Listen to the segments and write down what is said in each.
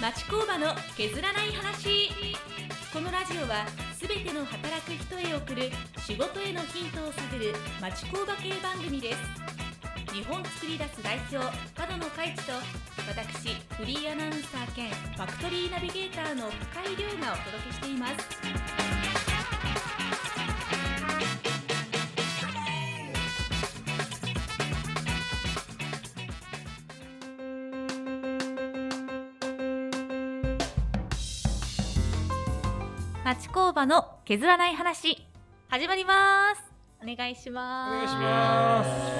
町工場の削らない話このラジオはすべての働く人へ送る仕事へのヒントを探る町工場系番組です日本作り出す代表角野海地と私フリーアナウンサー兼ファクトリーナビゲーターの深井亮がお届けしています町工場の削らない話始まりますお願いしおます願いしまます。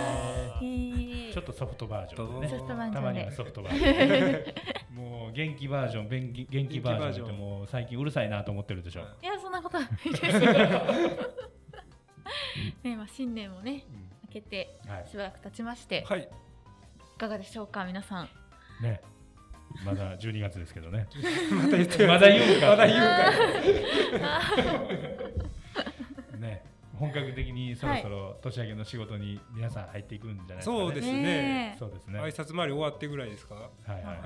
ちょっとソフトバージョンでソね。フトバンたクまにではソフトバージョン。もう元気バージョン、元気元気バージョンって元気バージョンもう最近うるさいなと思ってるでしょ。いやそんなことはないです ねまあ新年もね明けてはい。しばらく経ちまして、はい。いかがでしょうか皆さんね。まだ12月ですけどね。また言ってまだ言うんかまだ言うね。本格的にそろそろ年明けの仕事に皆さん入っていくんじゃないですかね。そうですねねえそうですね。か。は挨い拶回り終わってぐらいですか。はいはい。はい。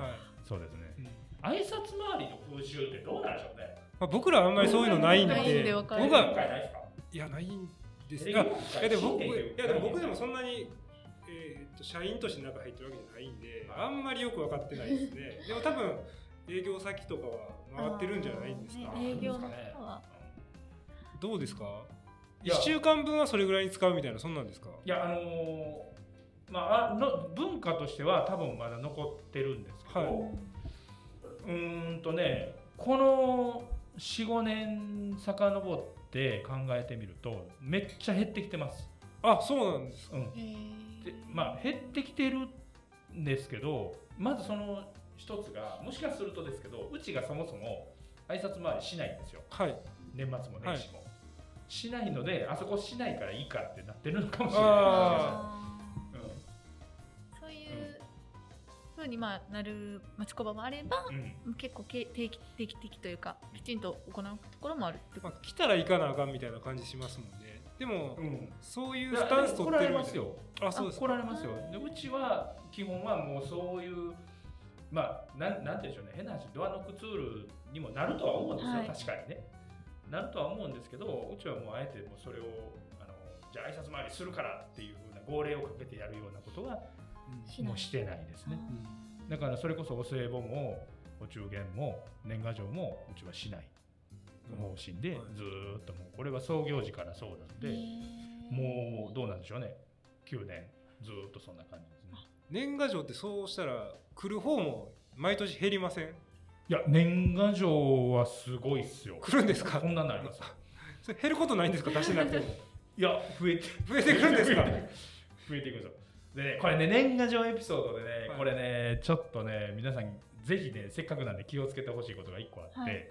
そうですね。挨拶回りの風習ってどうなんでしょうね。まあ僕らあんまりそういうのないんないんでで、わ僕かる今は回ないですか。いやないんですテレが、ビい業界やでも僕い新年ってやでも僕でもそんなに。えーっと社員として中入ってるわけじゃないんであんまりよく分かってない ですねでも多分営業先とかは回ってるんじゃないんですかあーね営業のそうです方かはどうですかいや1週間分はそれぐらいに使うみたいなそんなんですかいやあのーまああの文化としては多分まだ残ってるんですけど、はいうーんとねこの45年遡って考えてみるとめっちゃ減ってきてます、あそうなんですうん、へでーまあ減ってきてるんですけどまずその一つがもしかするとですけどうちがそもそも挨拶回りしないんですよはい年末も年始も、しないのであそこしないからいいかってなってるのかもしれなああいですねーそういうふうにまあなる町工場もあればうんうん結構け定期定期的というかきちんと行うところもあるってこまあ、来たら行かなあかんみたいな感じしますもんねでも、うんそういうスタンス取ってるいやでも怒られみたいますよあそうです怒られますよでうちは基本はもうそういうまあなんなんて言うんでしょうね変な話ドアノックツールにもなるとは思うんですよ、はい確かにねなるとは思うんですけどうちはもうあえてもうそれをあのじゃあ挨拶回りするからっていうふうな号令をかけてやるようなことはともうしてないですねだからそれこそお歳暮もお中元も年賀状もうちはしない方針で、はいずーっともうこれは創業時からそうなんで、もうどうなんでしょうね9年ずーっとそんな感じですね年賀状ってそうしたら来る方も毎年減りません いや年賀状はすごいっすよ来るんですかこんなんなりますそれ減ることないんですか出してなくて もいや増えて増えてくるんですか増えていくんですよでねこれね年賀状エピソードでね、はいこれねちょっとね皆さんぜひねせっかくなんで気をつけてほしいことが1個あって、はい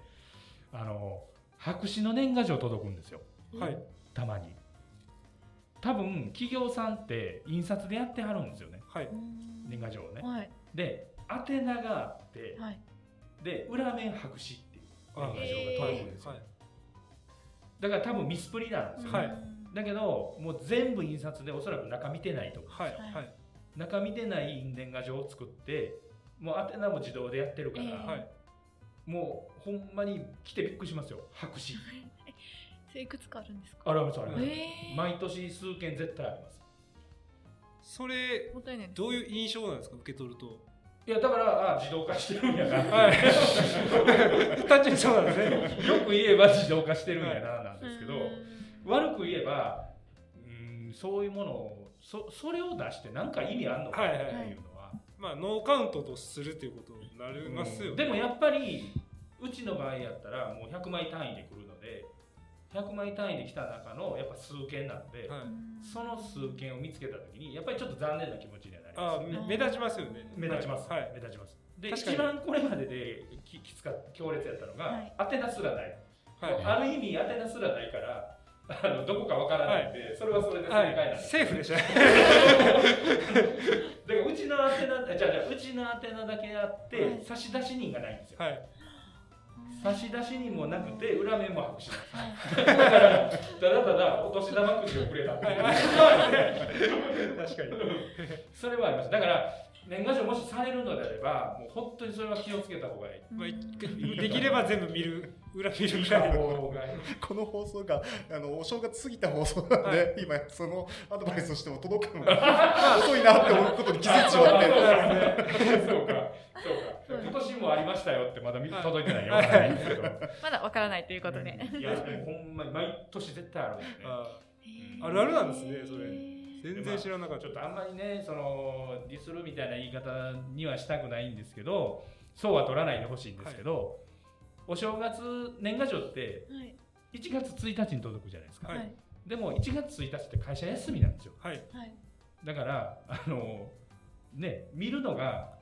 あの白紙の年賀状届くんですよはいたまに多分企業さんって印刷でやってはるんですよねはい年賀状をねはいで宛名があってはいで裏面白紙っていうあは年賀い状が届くんですよ、はいだから多分ミスプリなんですよ、はいだけどもう全部印刷でおそらく中見てないと思うはいはいはい中見てない年賀状を作ってもう宛名も自動でやってるから、えーはいもうほんまに来てびっくりしますよ白紙それいくつかあるんですかあれありますあれます、えー毎年数件絶対ありますそれもったいないですどういう印象なんですか受け取るといやだからあ自動化してるんやな、はい単純にそうなんですね よく言えば自動化してるんやななんですけど、うん悪く言えばうんそういうものをそそれを出して何か意味あんのかはっいてはいはいいうのはまあノーカウントとするっていうことになりますよねでもやっぱりうちの場合やったらもう100枚単位で来るので100枚単位で来た中のやっぱ数件なんで、はいその数件を見つけた時にやっぱりちょっと残念な気持ちにはなりますあよね、め目立ちますよね目立ちます、はい目立ちますで確かに一番これまででききつか強烈やったのが、はい宛名すらない、はいはいある意味宛名すらないからあのどこかわからないんで、それはそれで正解なんです、セーフでしたね だからうちの宛名じゃあじゃあうちの宛名だけあって、はい差出人がないんですよはい。差し出しにもなくて裏面も白紙なんですだからただただお年玉くじをくれたっていう確かに。 それはありますだから年賀状もしされるのであればもう本当にそれは気をつけた方がいいまあ、一回できれば全部見る、裏見 るぐらいの。方がいいこの放送があのお正月過ぎた放送なんで、は今そのアドバイスをしても届くのが 遅いなって思うことに気づいてしまってそうかそうか今年もありましたよってまだ見はい届いてないよわからないですけどまだわからないということで。いやでもほんまに毎年絶対あるんですねあ へーあるあるなんですねそれ全然知らなかっちたょっ。とあんまりねそのディスるみたいな言い方にはしたくないんですけどそうは取らないでほしいんですけど、お正月年賀状ってはい1月1日に届くじゃないですか、はいはいでも1月1日って会社休みなんですよはい。はいだからあのね見るのが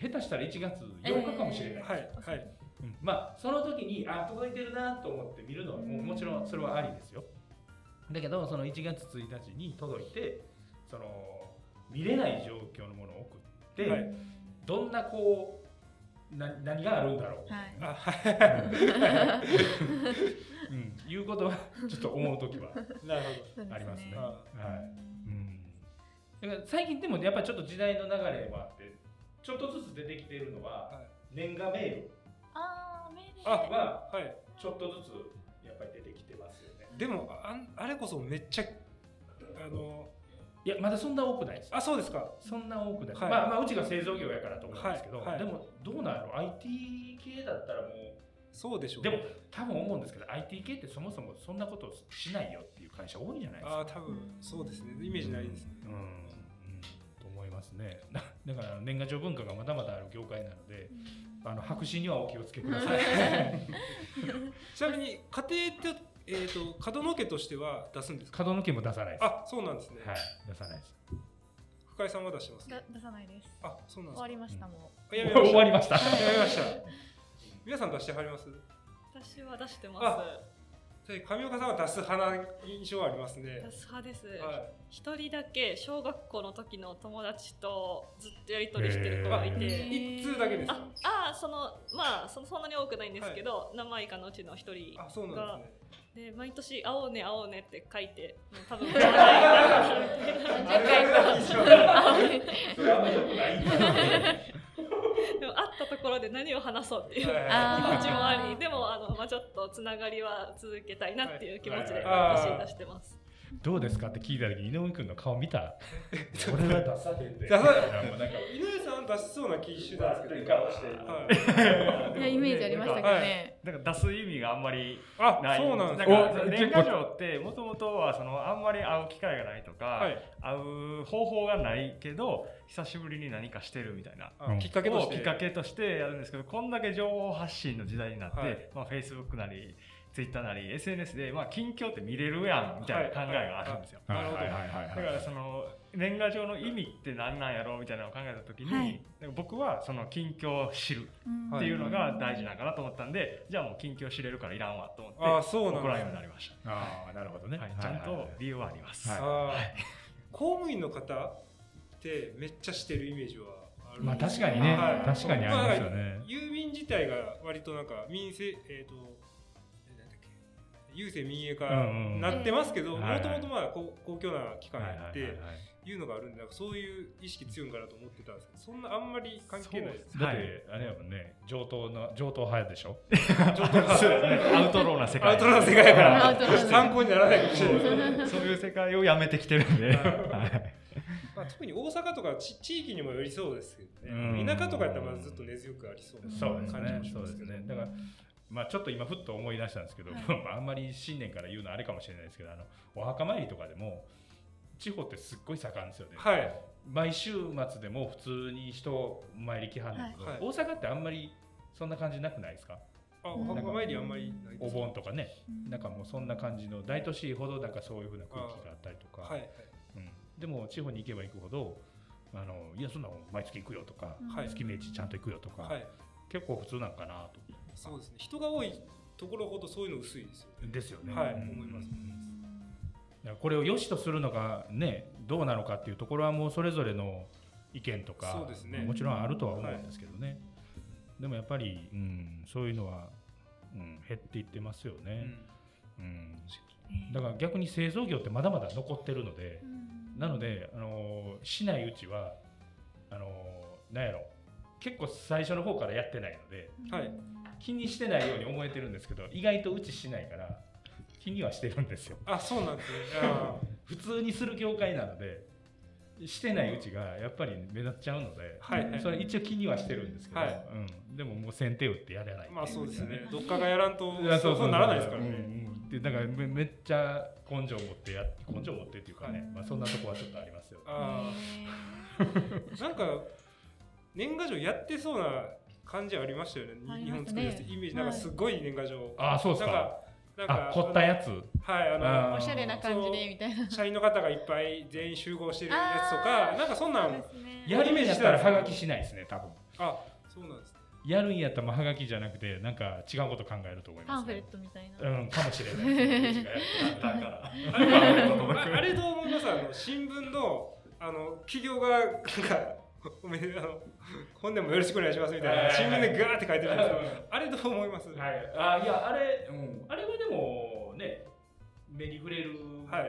下手したら1月8日かもしれない、はい。はい。うんまあその時にあ届いてるなと思って見るのはもうもちろんそれはありですよだけどその1月1日に届いてその見れない状況のものを送って、はいどんなこうな何があるんだろう、はいあ、 うん、いうことはちょっと思う時は、なるそうですありますねほど。あはいうん、だから最近でもやっぱりちょっと時代の流れもあってちょっとずつ出てきているのは、は年賀メあー、メール。ールははい。ちょっとずつやっぱり出てきてますよねでも、あん、あれこそめっちゃ。あの、いやまだそんな多くないですあ、そうですか。そんな多くない、はいまあまあうちが製造業やからと思うんですけど、はいはいでもどうなの IT 系だったらもうそうでしょう。でも多分思うんですけど IT 系ってそもそもそんなことしないよっていう会社多いじゃないですかあ、多分、そうですね。イメージないですね。うん、うんと思いますねだだから年賀状文化がまだまだある業界なのであの白紙にはお気をつけく ださいちなみに、家庭って、えっと、角野家としては出すんですか。角抜けも出さないですはあ、そうなんですね。い出さないです深井さんは出してます。だ出さないです。あ、そうなん終ですわりましたもか。やめまし終た。わやりましためました。皆さん出してはります。う。私は出してすで上岡さんは出す派な印象はありますね。私派ですは一、人だけ小学校の時の友達とずっとやり取りしてる子がいて、へーい。一通だけですか。ああーそのまあそそんなに多くないんですけど、何枚かのうちの一人あ、そうなんですね。で毎年「会おうね会おうね」って書いてもう多 分会わないあれがあれが印象がそれはあんまり良くないんだでも会ったところで何を話そうっていうはいあ気持ちー。もありでもあの、まあ、ちょっとつながりは続けたいなっていう気持ちではいはい私出してます。 どうですかって聞いた時井上君の顔 見た俺は出さへんで出さなんか井上さん出しそうな気してたんですけど。はいいや、イメージありましたけどね。なんか出す意味があんまりい。なあ、いそうなんですね。かその年賀状ってもともとはそのあんまり会う機会がないとか、はい。会う方法がないけど久しぶりに何かしてるみたいなあきっかけとして。をきっかけとしてやるんですけどこんだけ情報発信の時代になって、はいまあ、Facebook なり Twitter なり SNS で、まあ、近況って見れるやんみたいな考えがあるんですよ。なるほどはいだからその年賀状の意味って何なんやろうみたいなのを考えた時に、はい僕はその近況を知るうんっていうのが大事なんかなと思ったんでじゃあもう近況知れるからいらんわと思ってあ、そうなん怒らんでようにすね。なりました、ああなるほどね、はい、ちゃんと理由はあります、はいあー公務員の方ってめっちゃしてるイメージはある。まあ確かにね、はい確かにありますよね。郵便自体が割となんか民生えっ、とえなんだっけ郵政民営化うんうんなってますけどうんもはいとはもいとまあこう公共な機関はいやっはいはいていうのがあるんでなんかそういう意識強いんかなと思ってたんですけどそんなあんまり関係ないですだってあれやもんね、上等な上等派でしょ。そうですねアウトローな世界アウトローの世界やか アウトローらの参考にならないかもしれないですね、そういう世界をやめてきてるんで、はいまあ、特に大阪とかち地域にもよりそうですけどうねん田舎とかやったらまだずっと根強くありそうなそうです感じねもし。そうまですすけどね。だからまあちょっと今ふっと思い出したんですけど、はいまああんまり新年から言うのはあれかもしれないですけど、あのお墓参りとかでも地方ってすっごい盛んですよね。はい毎週末でも普通に人参り来はんだけど、はい大阪ってあんまりそんな感じなくないですか？あお墓参りあんまりないでおすね盆とかね、なんかもうそんな感じの大都市ほどなんかそういう風な空気があったりとか。はいはいうん、でも地方に行けば行くほどあのいやそんなの毎月行くよとか、はい月明治ちゃんと行くよとか、はい結構普通なんかなとそうですね人が多いところほどそういうの薄いですよねですよねはいうん思いますだからこれを良しとするのかねどうなのかっていうところはもうそれぞれの意見とかそうですねもちろんあるとは思うんですけどね、でもやっぱり、うん、そういうのはうん、減っていってますようね、んうんだから逆に製造業ってまだまだ残ってるので、なので、あのーしないうちはあのーなんやろ結構最初の方からやってないのではい気にしてないように思えてるんですけど意外とうちしないから気にはしてるんですよあそうなんですねあ普通にする業界なのでしてないうちがやっぱり目立っちゃうので、 はいはいそれ一応気にはしてるんですけど、はいうん、でももう先手打ってやれないーまあそうですねどっかがやらんといやそうそうならないですからうんねうんでだからめめっちゃ根性持ってや根性持ってっていうかね、はいまあ、そんなとこはちょっとありますよああなんか年賀状やってそうな感じありましたよねあり日ま本した作ねり出すイメージなんかすごい年賀状ああそうですかなんかあ凝ったやつはいあのあーおしゃれな感じでみたいな。社員の方がいっぱい全員集合してるやつとかあーなんかそんなんやるんやったらはがきしないですね多分あそうなんです ねやるんやったらまあはがきじゃなくてなんか違うこと考えると思いパまンすフレね、ットみたいな。うんかもしれない ですねだからあれああれどう思いますあの新聞のあの企業がなんかおめであの本年もよろしくお願いしますみたいはいなはい新聞でガーって書いてるんですけど うんあれどう思います、はい、あいやあれ、うん、あれはでもね目に触れるのやから、は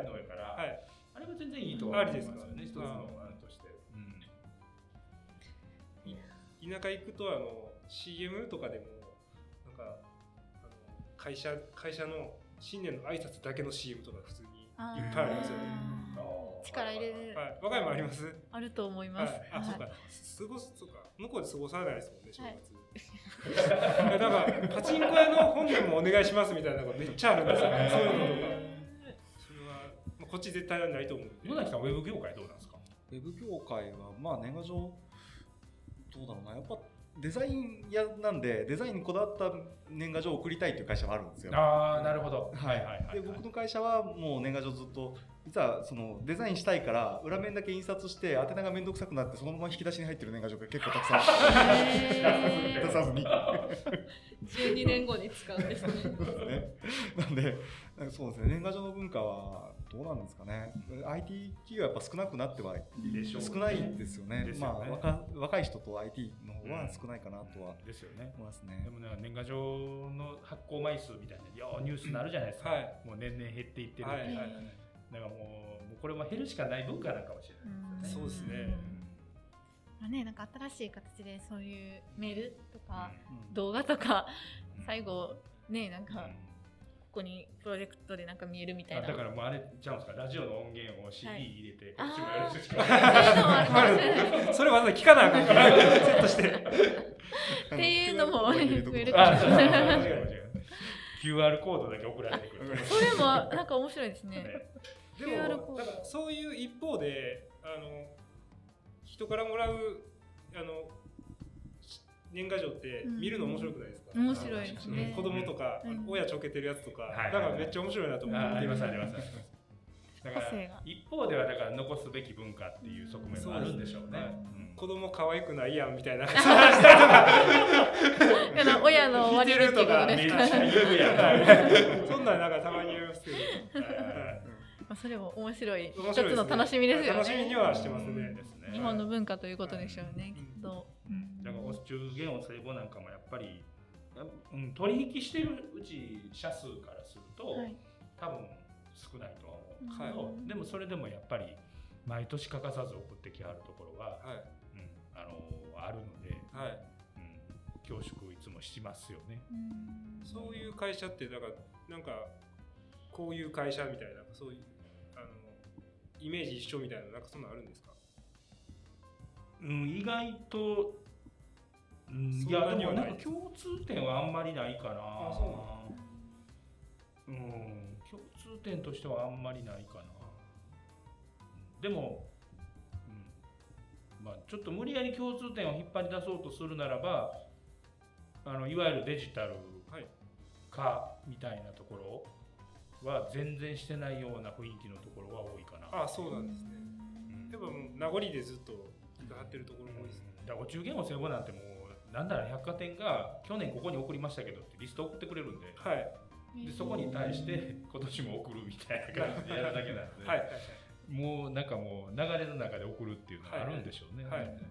いあれは全然いいとは思いますよありでね一すつかの案として、うん田舎行くとあの CM とかでもなんかあの会社会社の新年の挨拶だけの CM とか普通にいっあぱいありますよね。ー力入れるはい、若いもあります。あると思いはます。い、あ、そうはいか、す過ごすとか、向こうで過ごさないですもんね、正月。いや、 だから、パチンコ屋の本年もお願いしますみたいなのがめっちゃあるんですよ、ね。そういうのとか。それは、まあ、こっち絶対ないと思うんで。野崎さんウェブ業界どうなんですかウェブ業界は、まあ、年賀状、どうだろうな、やっぱデザイン屋なんで、デザインにこだわった年賀状を送りたいという会社があるんですよ。ああなるほどはいはいはいで僕の会社はもう年賀状ずっと実はそのデザインしたいから裏面だけ印刷して宛名が面倒くさくなってそのまま引き出しに入ってる年賀状が結構たくさんあるへ出ーさずに、 ね、 12年後に使うんですね。なんでなんかそうですね年賀状の文化はどうなんですかね IT 企業はやっぱ少なくなってはいでしょうね少ないですよねですまよあね若若い人と IT の方は少ないかなとはですよね思いますねで、もなんか年賀状の発行枚数みたいなようニュースになるじゃないですか、はいもう年々減っていってる、はい、はい、だはい。からもうもうこれも減るしかない文化なのかもしれない、そうんうですねまあね、なんか新しい形でそういうメールとかうん動画とかうん最後ねなんうんかここにプロジェクトでなんか見えるみたいあな。だからもうあれちゃうんですかラジオの音源を CD はい入れて、こあーっちもやるし かそういうのもあるかもしれないそれわざわざ聞かなあかんから、セットして。っていうのも あの QR コード入れとこうあそうそうそう間違いない間違いない QR コードだけ送られてくるそれもなんか面白いですね。ねで QR もコードだからそういう一方であの人からもらうあのし年賀状ってうん見るの面白くないですか、面白いですね子供とか、うん親ちょけてるやつとか、はいはいはいだからめっちゃ面白いなと思ああっりてますありますありますだか個ら性が。一方ではだから残すべき文化っていう側面もあるんでしょうねはいうん子供可愛くないやんみたい なだから親の終わりにっていうことめっですち から。ゃ言うやんそんなんなんかたまに言いますけど、はまあそれも面白い面一白いつの楽しみですよね。楽しみにはしてますいねですね日本の文化ということでしょうね、うきんっと。だからお中元お歳暮なんかもやっぱり、うん、取引してるうち社数からすると、はい多分少ないとははい思うけど、でもそれでもやっぱり毎年欠かさず送ってきはるところは、はいうん、あのあるので、はい、うん、恐縮いつもしますよね。そういう会社ってだからなんかこういう会社みたいなそういうあのイメージ一緒みたいななんかそんなんあるんですかうん、意外と、うん、いそんやなでにもはななんいか共通点はあんまりないかなあそうん共通点としてはあんまりないかなでも、うんまあ、ちょっと無理やり共通点を引っ張り出そうとするならばあのいわゆるデジタルはい化みたいなところは全然してないような雰囲気のところは多いかな。あそうなんですねうんやっぱもう名残でずっと張ってるところも多いですね。だからお中元お歳暮なんてもうなんなら百貨店が去年ここに送りましたけどってリスト送ってくれるんではいでそこに対して今年も送るみたいな感じでやるだけなんで、はいはいもうなんかもう流れの中で送るっていうのがあるんでしょうね。はいはいなんでね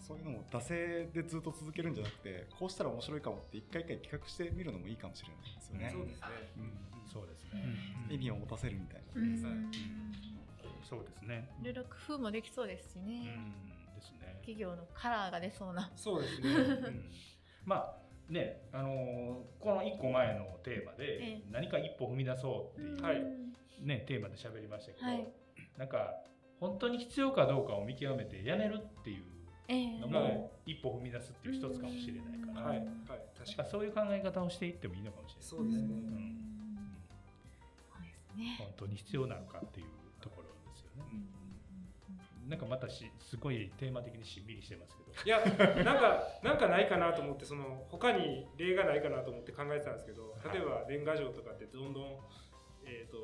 うんそういうのも惰性でずっと続けるんじゃなくてこうしたら面白いかもって一回一回企画してみるのもいいかもしれないですよねそうですね。うんそうですね、意味を持たせるみたいな、うんそうですね、いろいろ工夫もできそうですしうね、ん、ですね企業のカラーが出そうなそうですね。うんまあねあのーこの1個前のテーマでええ何か一歩踏み出そうっていう、はいね、テーマで喋りましたけど、はいなんか本当に必要かどうかを見極めてやめるっていえうえのはいも一歩踏み出すっていう一つかもしれないから、はいはいなん確かかに。そういう考え方をしていってもいいのかもしれないそうですねうんう。んそうですね本当に必要なのかっていうところですよね。なんかまたしすごいテーマ的にしんみりしてますけど、いやなんかなんかないかなと思ってその他に例がないかなと思って考えてたんですけど例えば年賀状とかってどんどんえっ、と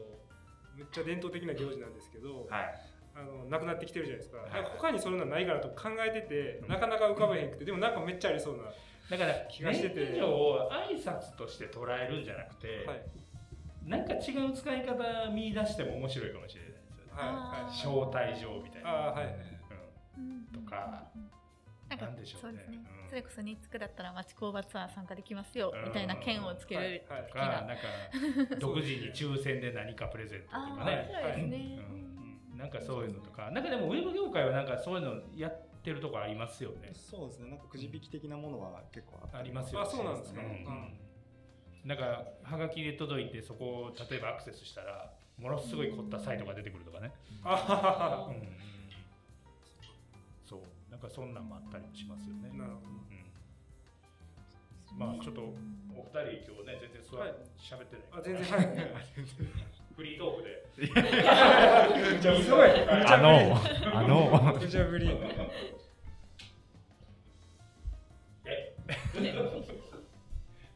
めっちゃ伝統的な行事なんですけど、はいあのなくなってきてるじゃないですか,、いなんか他にそういうのはないかなと考えてて、うんなかなか浮かばへんくてでもなんかめっちゃありそうな、だから気がしてて年賀状を挨拶として捉えるんじゃなくて、はいなんか違う使い方見出しても面白いかもしれないですよね。はいはい招待状みたいあな。あはいうんととかなんかなんでしょうそうねですね、うんそれこそ日区だったら町工場ツアー参加できますようんみたいな券をつけるはいはいとか、なんか独自に抽選で何かプレゼントとあかあね。面白いですね、うんなんかそういうのとか、なんかでもウェブ業界はなんかそういうのやってるとこありますよね。そうですねなんかくじ引き的なものは結構あったありますよ、あそうなんですかうんなんかはがきで届いてそこを例えばアクセスしたらものすごい凝ったサイトが出てくるとかね、あはははうんそうなんかそんなんもあったりもしますよね、なるほうんまあちょっとお二人今日ね全然座はゃい喋ってないどあ全然はい フリートークですごいあのあの無茶ぶり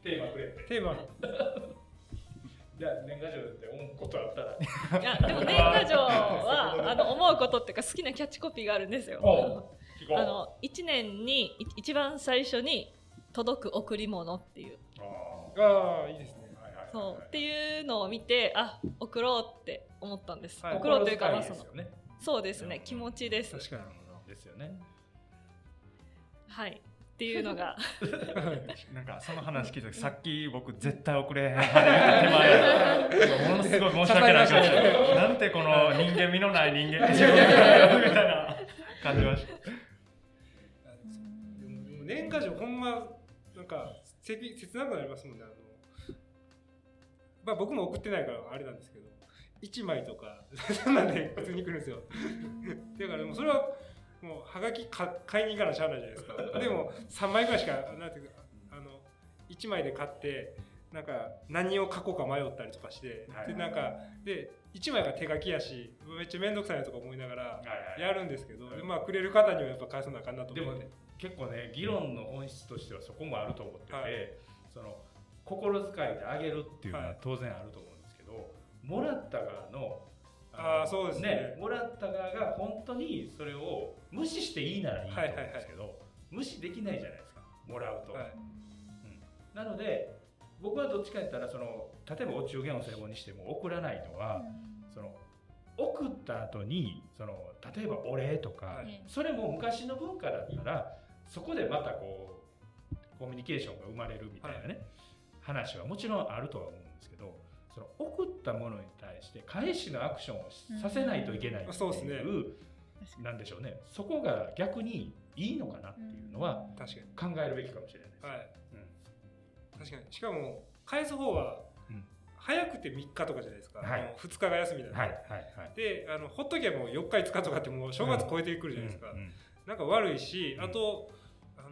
テーマくれてテーマじゃあ年賀状で思うことあったらいやでも年賀状はあの思うことっていうか好きなキャッチコピーがあるんですよ。聞こうあの一年にい一番最初に届く贈り物っていうあーああいいですねはいはいはいはいそうっていうのを見てあ贈ろうって思ったんです、はい贈ろうというか、心まあ、遣いですそのよねそうですね気持ちです確かにですよねはいっていうのがなんかその話聞いた時さっき僕絶対遅れへん派で手前ものすごい申し訳ない感じなんてこの人間味のない人間自分がみたいな感じましたあでもそうでもでも年賀状ほんまなんかせび切なくなりますもんねあのまあ僕も送ってないからあれなんですけど1枚とか そんなんで普通に来るんですよ だからもうそれはもうはがきか買いに行かなしゃあないじゃないですかでも3枚ぐらいしかなんていうかあの1枚で買ってなんか何を書こうか迷ったりとかして、はいでなんかで1枚が手書きやしめっちゃ面倒くさいなとか思いながらはいはいやるんですけど、でまあくれる方にはやっぱ返さなあかんなとで思もってね結構ね議論の本質としてはそこもあると思ってて、はいその心遣いであげるっていうのははい当然あると思うんですけど、もらった側のあーのそうですねもらった側が本当にそれを無視していいならいいと思うんですけど、無視できないじゃないですかもらうと、はいなので僕はどっちかやったらその例えばお中元を成功にしても送らないのは、その送った後にその例えばお礼とか、はいそれも昔の文化だったらそこでまたこうコミュニケーションが生まれるみたいなね、話はもちろんあるとは思うんですけどその送ったものに対して返しのアクションをしさせないといけないっていう,、うんそうですねなんでしょうねそこが逆にいいのかなっていうのは確か考えるべきかもしれないです。に、はい、うん確かにしかも返す方はうん早くて3日とかじゃないですか、はいあの2日が休みだと、はいはいはいであのほっときゃもう4日5日とかってもう正月超えてくるじゃないですか、うんうんなんか悪いしうんあとあの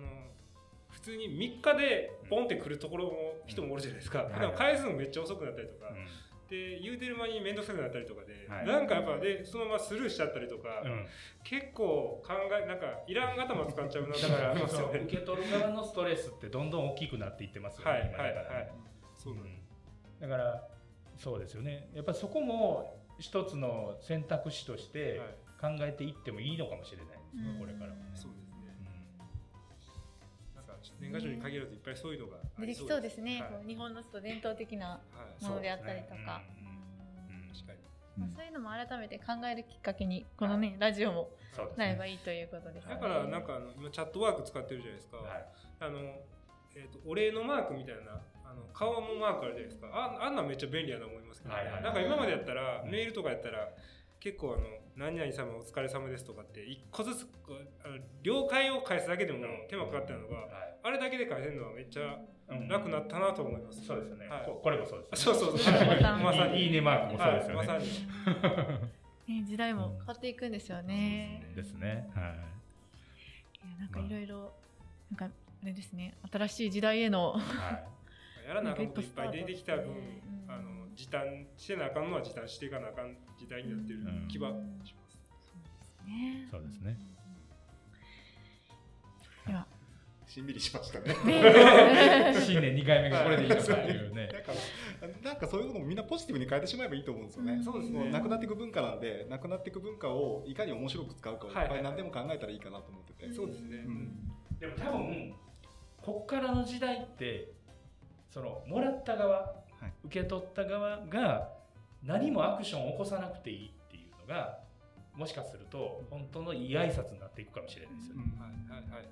普通に3日でポンって来るところも人もおるじゃないですか、うんでも返すのめっちゃ遅くなったりとか、うんで言うてる間に面倒くさくなったりとかで、はいなんかやっぱでそのままスルーしちゃったりとか、うん結構考えなんかいらん頭使っちゃうなだからあります そよの受ねけ取る側のストレスってどんどん大きくなっていってますよね。はいはい今はだいからねそうなんですうんだからそうですよね。やっぱりそこも一つの選択肢としてはい考えていってもいいのかもしれないですね。これからもね。そうですねうんなんか年賀状に限らずいっぱいそういうのがあ出りてきそうですはねい、こう日本のちょっと伝統的なはいものであったりとかそうですねうんうん確かにまあそういうのも改めて考えるきっかけにこのねラジオもそうですねなればいいということですねだからなんかあの今チャットワーク使ってるじゃないですか、はいあの、えー、とお礼のマークみたいなあの顔のマークあるじゃないですかああんなんめっちゃ便利やな思いますけど、ねはいはいはいなんか今までやったら、うんメールとかやったら結構あの「何々様お疲れ様です」とかって一個ずつこうあの了解を返すだけでも手間かかってたのが、はあれだけで返せるのはめっちゃいうん楽になったなと思います、そうですよね、はいここれもそうですそうそうそうボタンまさいいにいいねマークもそうですよね、はい、まさに ね時代も変わっていくんですよね、ですねはいいやなんかいろいろなんかあれですね新しい時代へのはいやらなあかんこといっぱい出てきた分、んあの時短してなあかんのは時短していかなあかん時代になってる気はします。ねそうですね。 しんみりしましたね。 新年2回目がこれでいいのかっていうね。だからなんかそういうこともみんなポジティブに変えてしまえばいいと思うんですよね。うんそうですもうね。なくなっていく文化なんで、なくなっていく文化をいかに面白く使うかをいっはいぱはいい何でも考えたらいいかなと思ってて。そうですね。うんでも多分、こっからの時代って、その、もらった側、い受け取った側が、何もアクションを起こさなくていいっていうのが、もしかすると、本当のいい挨拶になっていくかもしれないですよね。はいはいはい。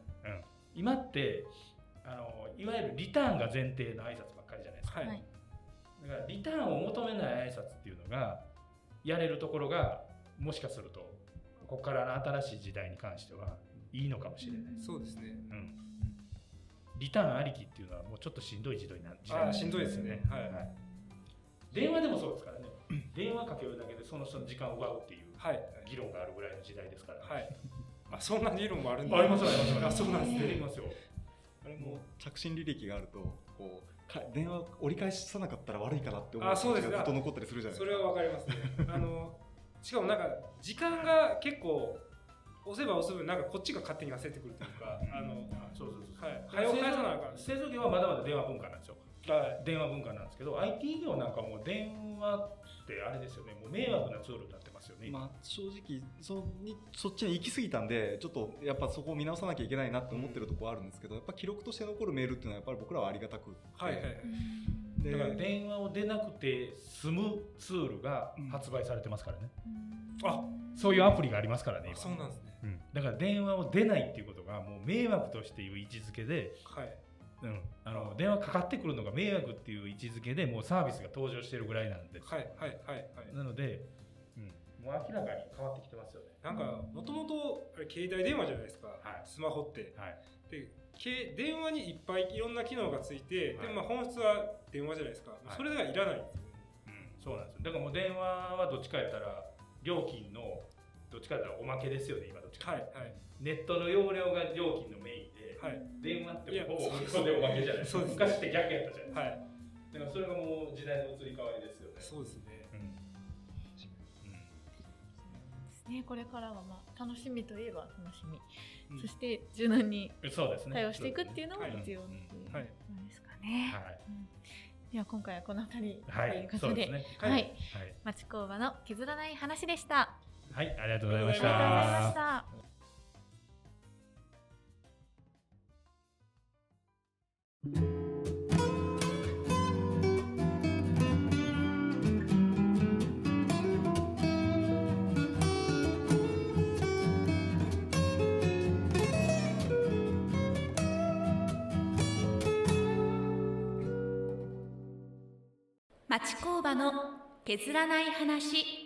今って、あの、いわゆるリターンが前提の挨拶ばっかりじゃないですか。はいはいだから、リターンを求めない挨拶っていうのが、やれるところが、もしかすると、ここからの新しい時代に関しては、いいのかもしれない。そうですね。うんリターンありきっていうのはもうちょっとしんどい時代にな時代あになあってしんどいですね。はいはい電話でもそうですからね電話かけるだけでその人の時間を奪うっていうはい議論があるぐらいの時代ですから、はいはい。あそんな理論もあるんだ。ありますよありますよあそうなんです出てきね。ますよあれももう着信履歴があると、こうか電話を折り返さなかったら悪いかなって思うあそう気で持すちがずっと残ったりするじゃないそですれか。はわかりますね。 あのしかもなんか時間が結構押せば押す分なんかこっちが勝手に焦ってくるというかあの。そうそうそはうい、早く返さなあかんです製造業はまだまだ電話文化なんですよはい、電話文化なんですけど IT 業なんかもう電話ってあれですよねもう迷惑なツールになってますよね、まあ、正直そにそっちに行き過ぎたんでちょっとやっぱそこを見直さなきゃいけないなって思ってるところあるんですけどやっぱ記録として残るメールっていうのはやっぱり僕らはありがたくてはいはいでだから電話を出なくて済むツールが発売されてますからね、あそういうアプリがありますからね今そうなんですねうんだから電話を出ないっていうことがもう迷惑としていう位置づけで、はいうん、あの電話かかってくるのが迷惑っていう位置づけでもうサービスが登場してるぐらいなんではいはいはいはいなので、うん、もう明らかに変わってきてますよね。なんかもともと携帯電話じゃないですか、いスマホってはいでけ電話にいっぱいいろんな機能がついて、はでいもまあ本質は電話じゃないですか、いそれがいらないんですよねうん、そうなんですよだからもう電話はどっちかやったら料金のどっちかやったらおまけですよね今どっちか、はいネットの容量が料金のメインで、はいはい電話っていやほぼそうですそれでおまけじゃないですそかうです昔って逆やったじゃないですか、はいだからそれがもう時代の移り変わりですよね。そうですねうんうんですねこれからはまあ楽しみといえば楽しみ、うんそして柔軟にそうですね。対応していくっていうのもはい必要っていうはいことですかね、はでは今回はこの辺りとい。はいうい。こそうとですでね。はい、はい。町工場の削らない話でしたはい。ありがとうございましありがとうございたまし。た町工場の削らない話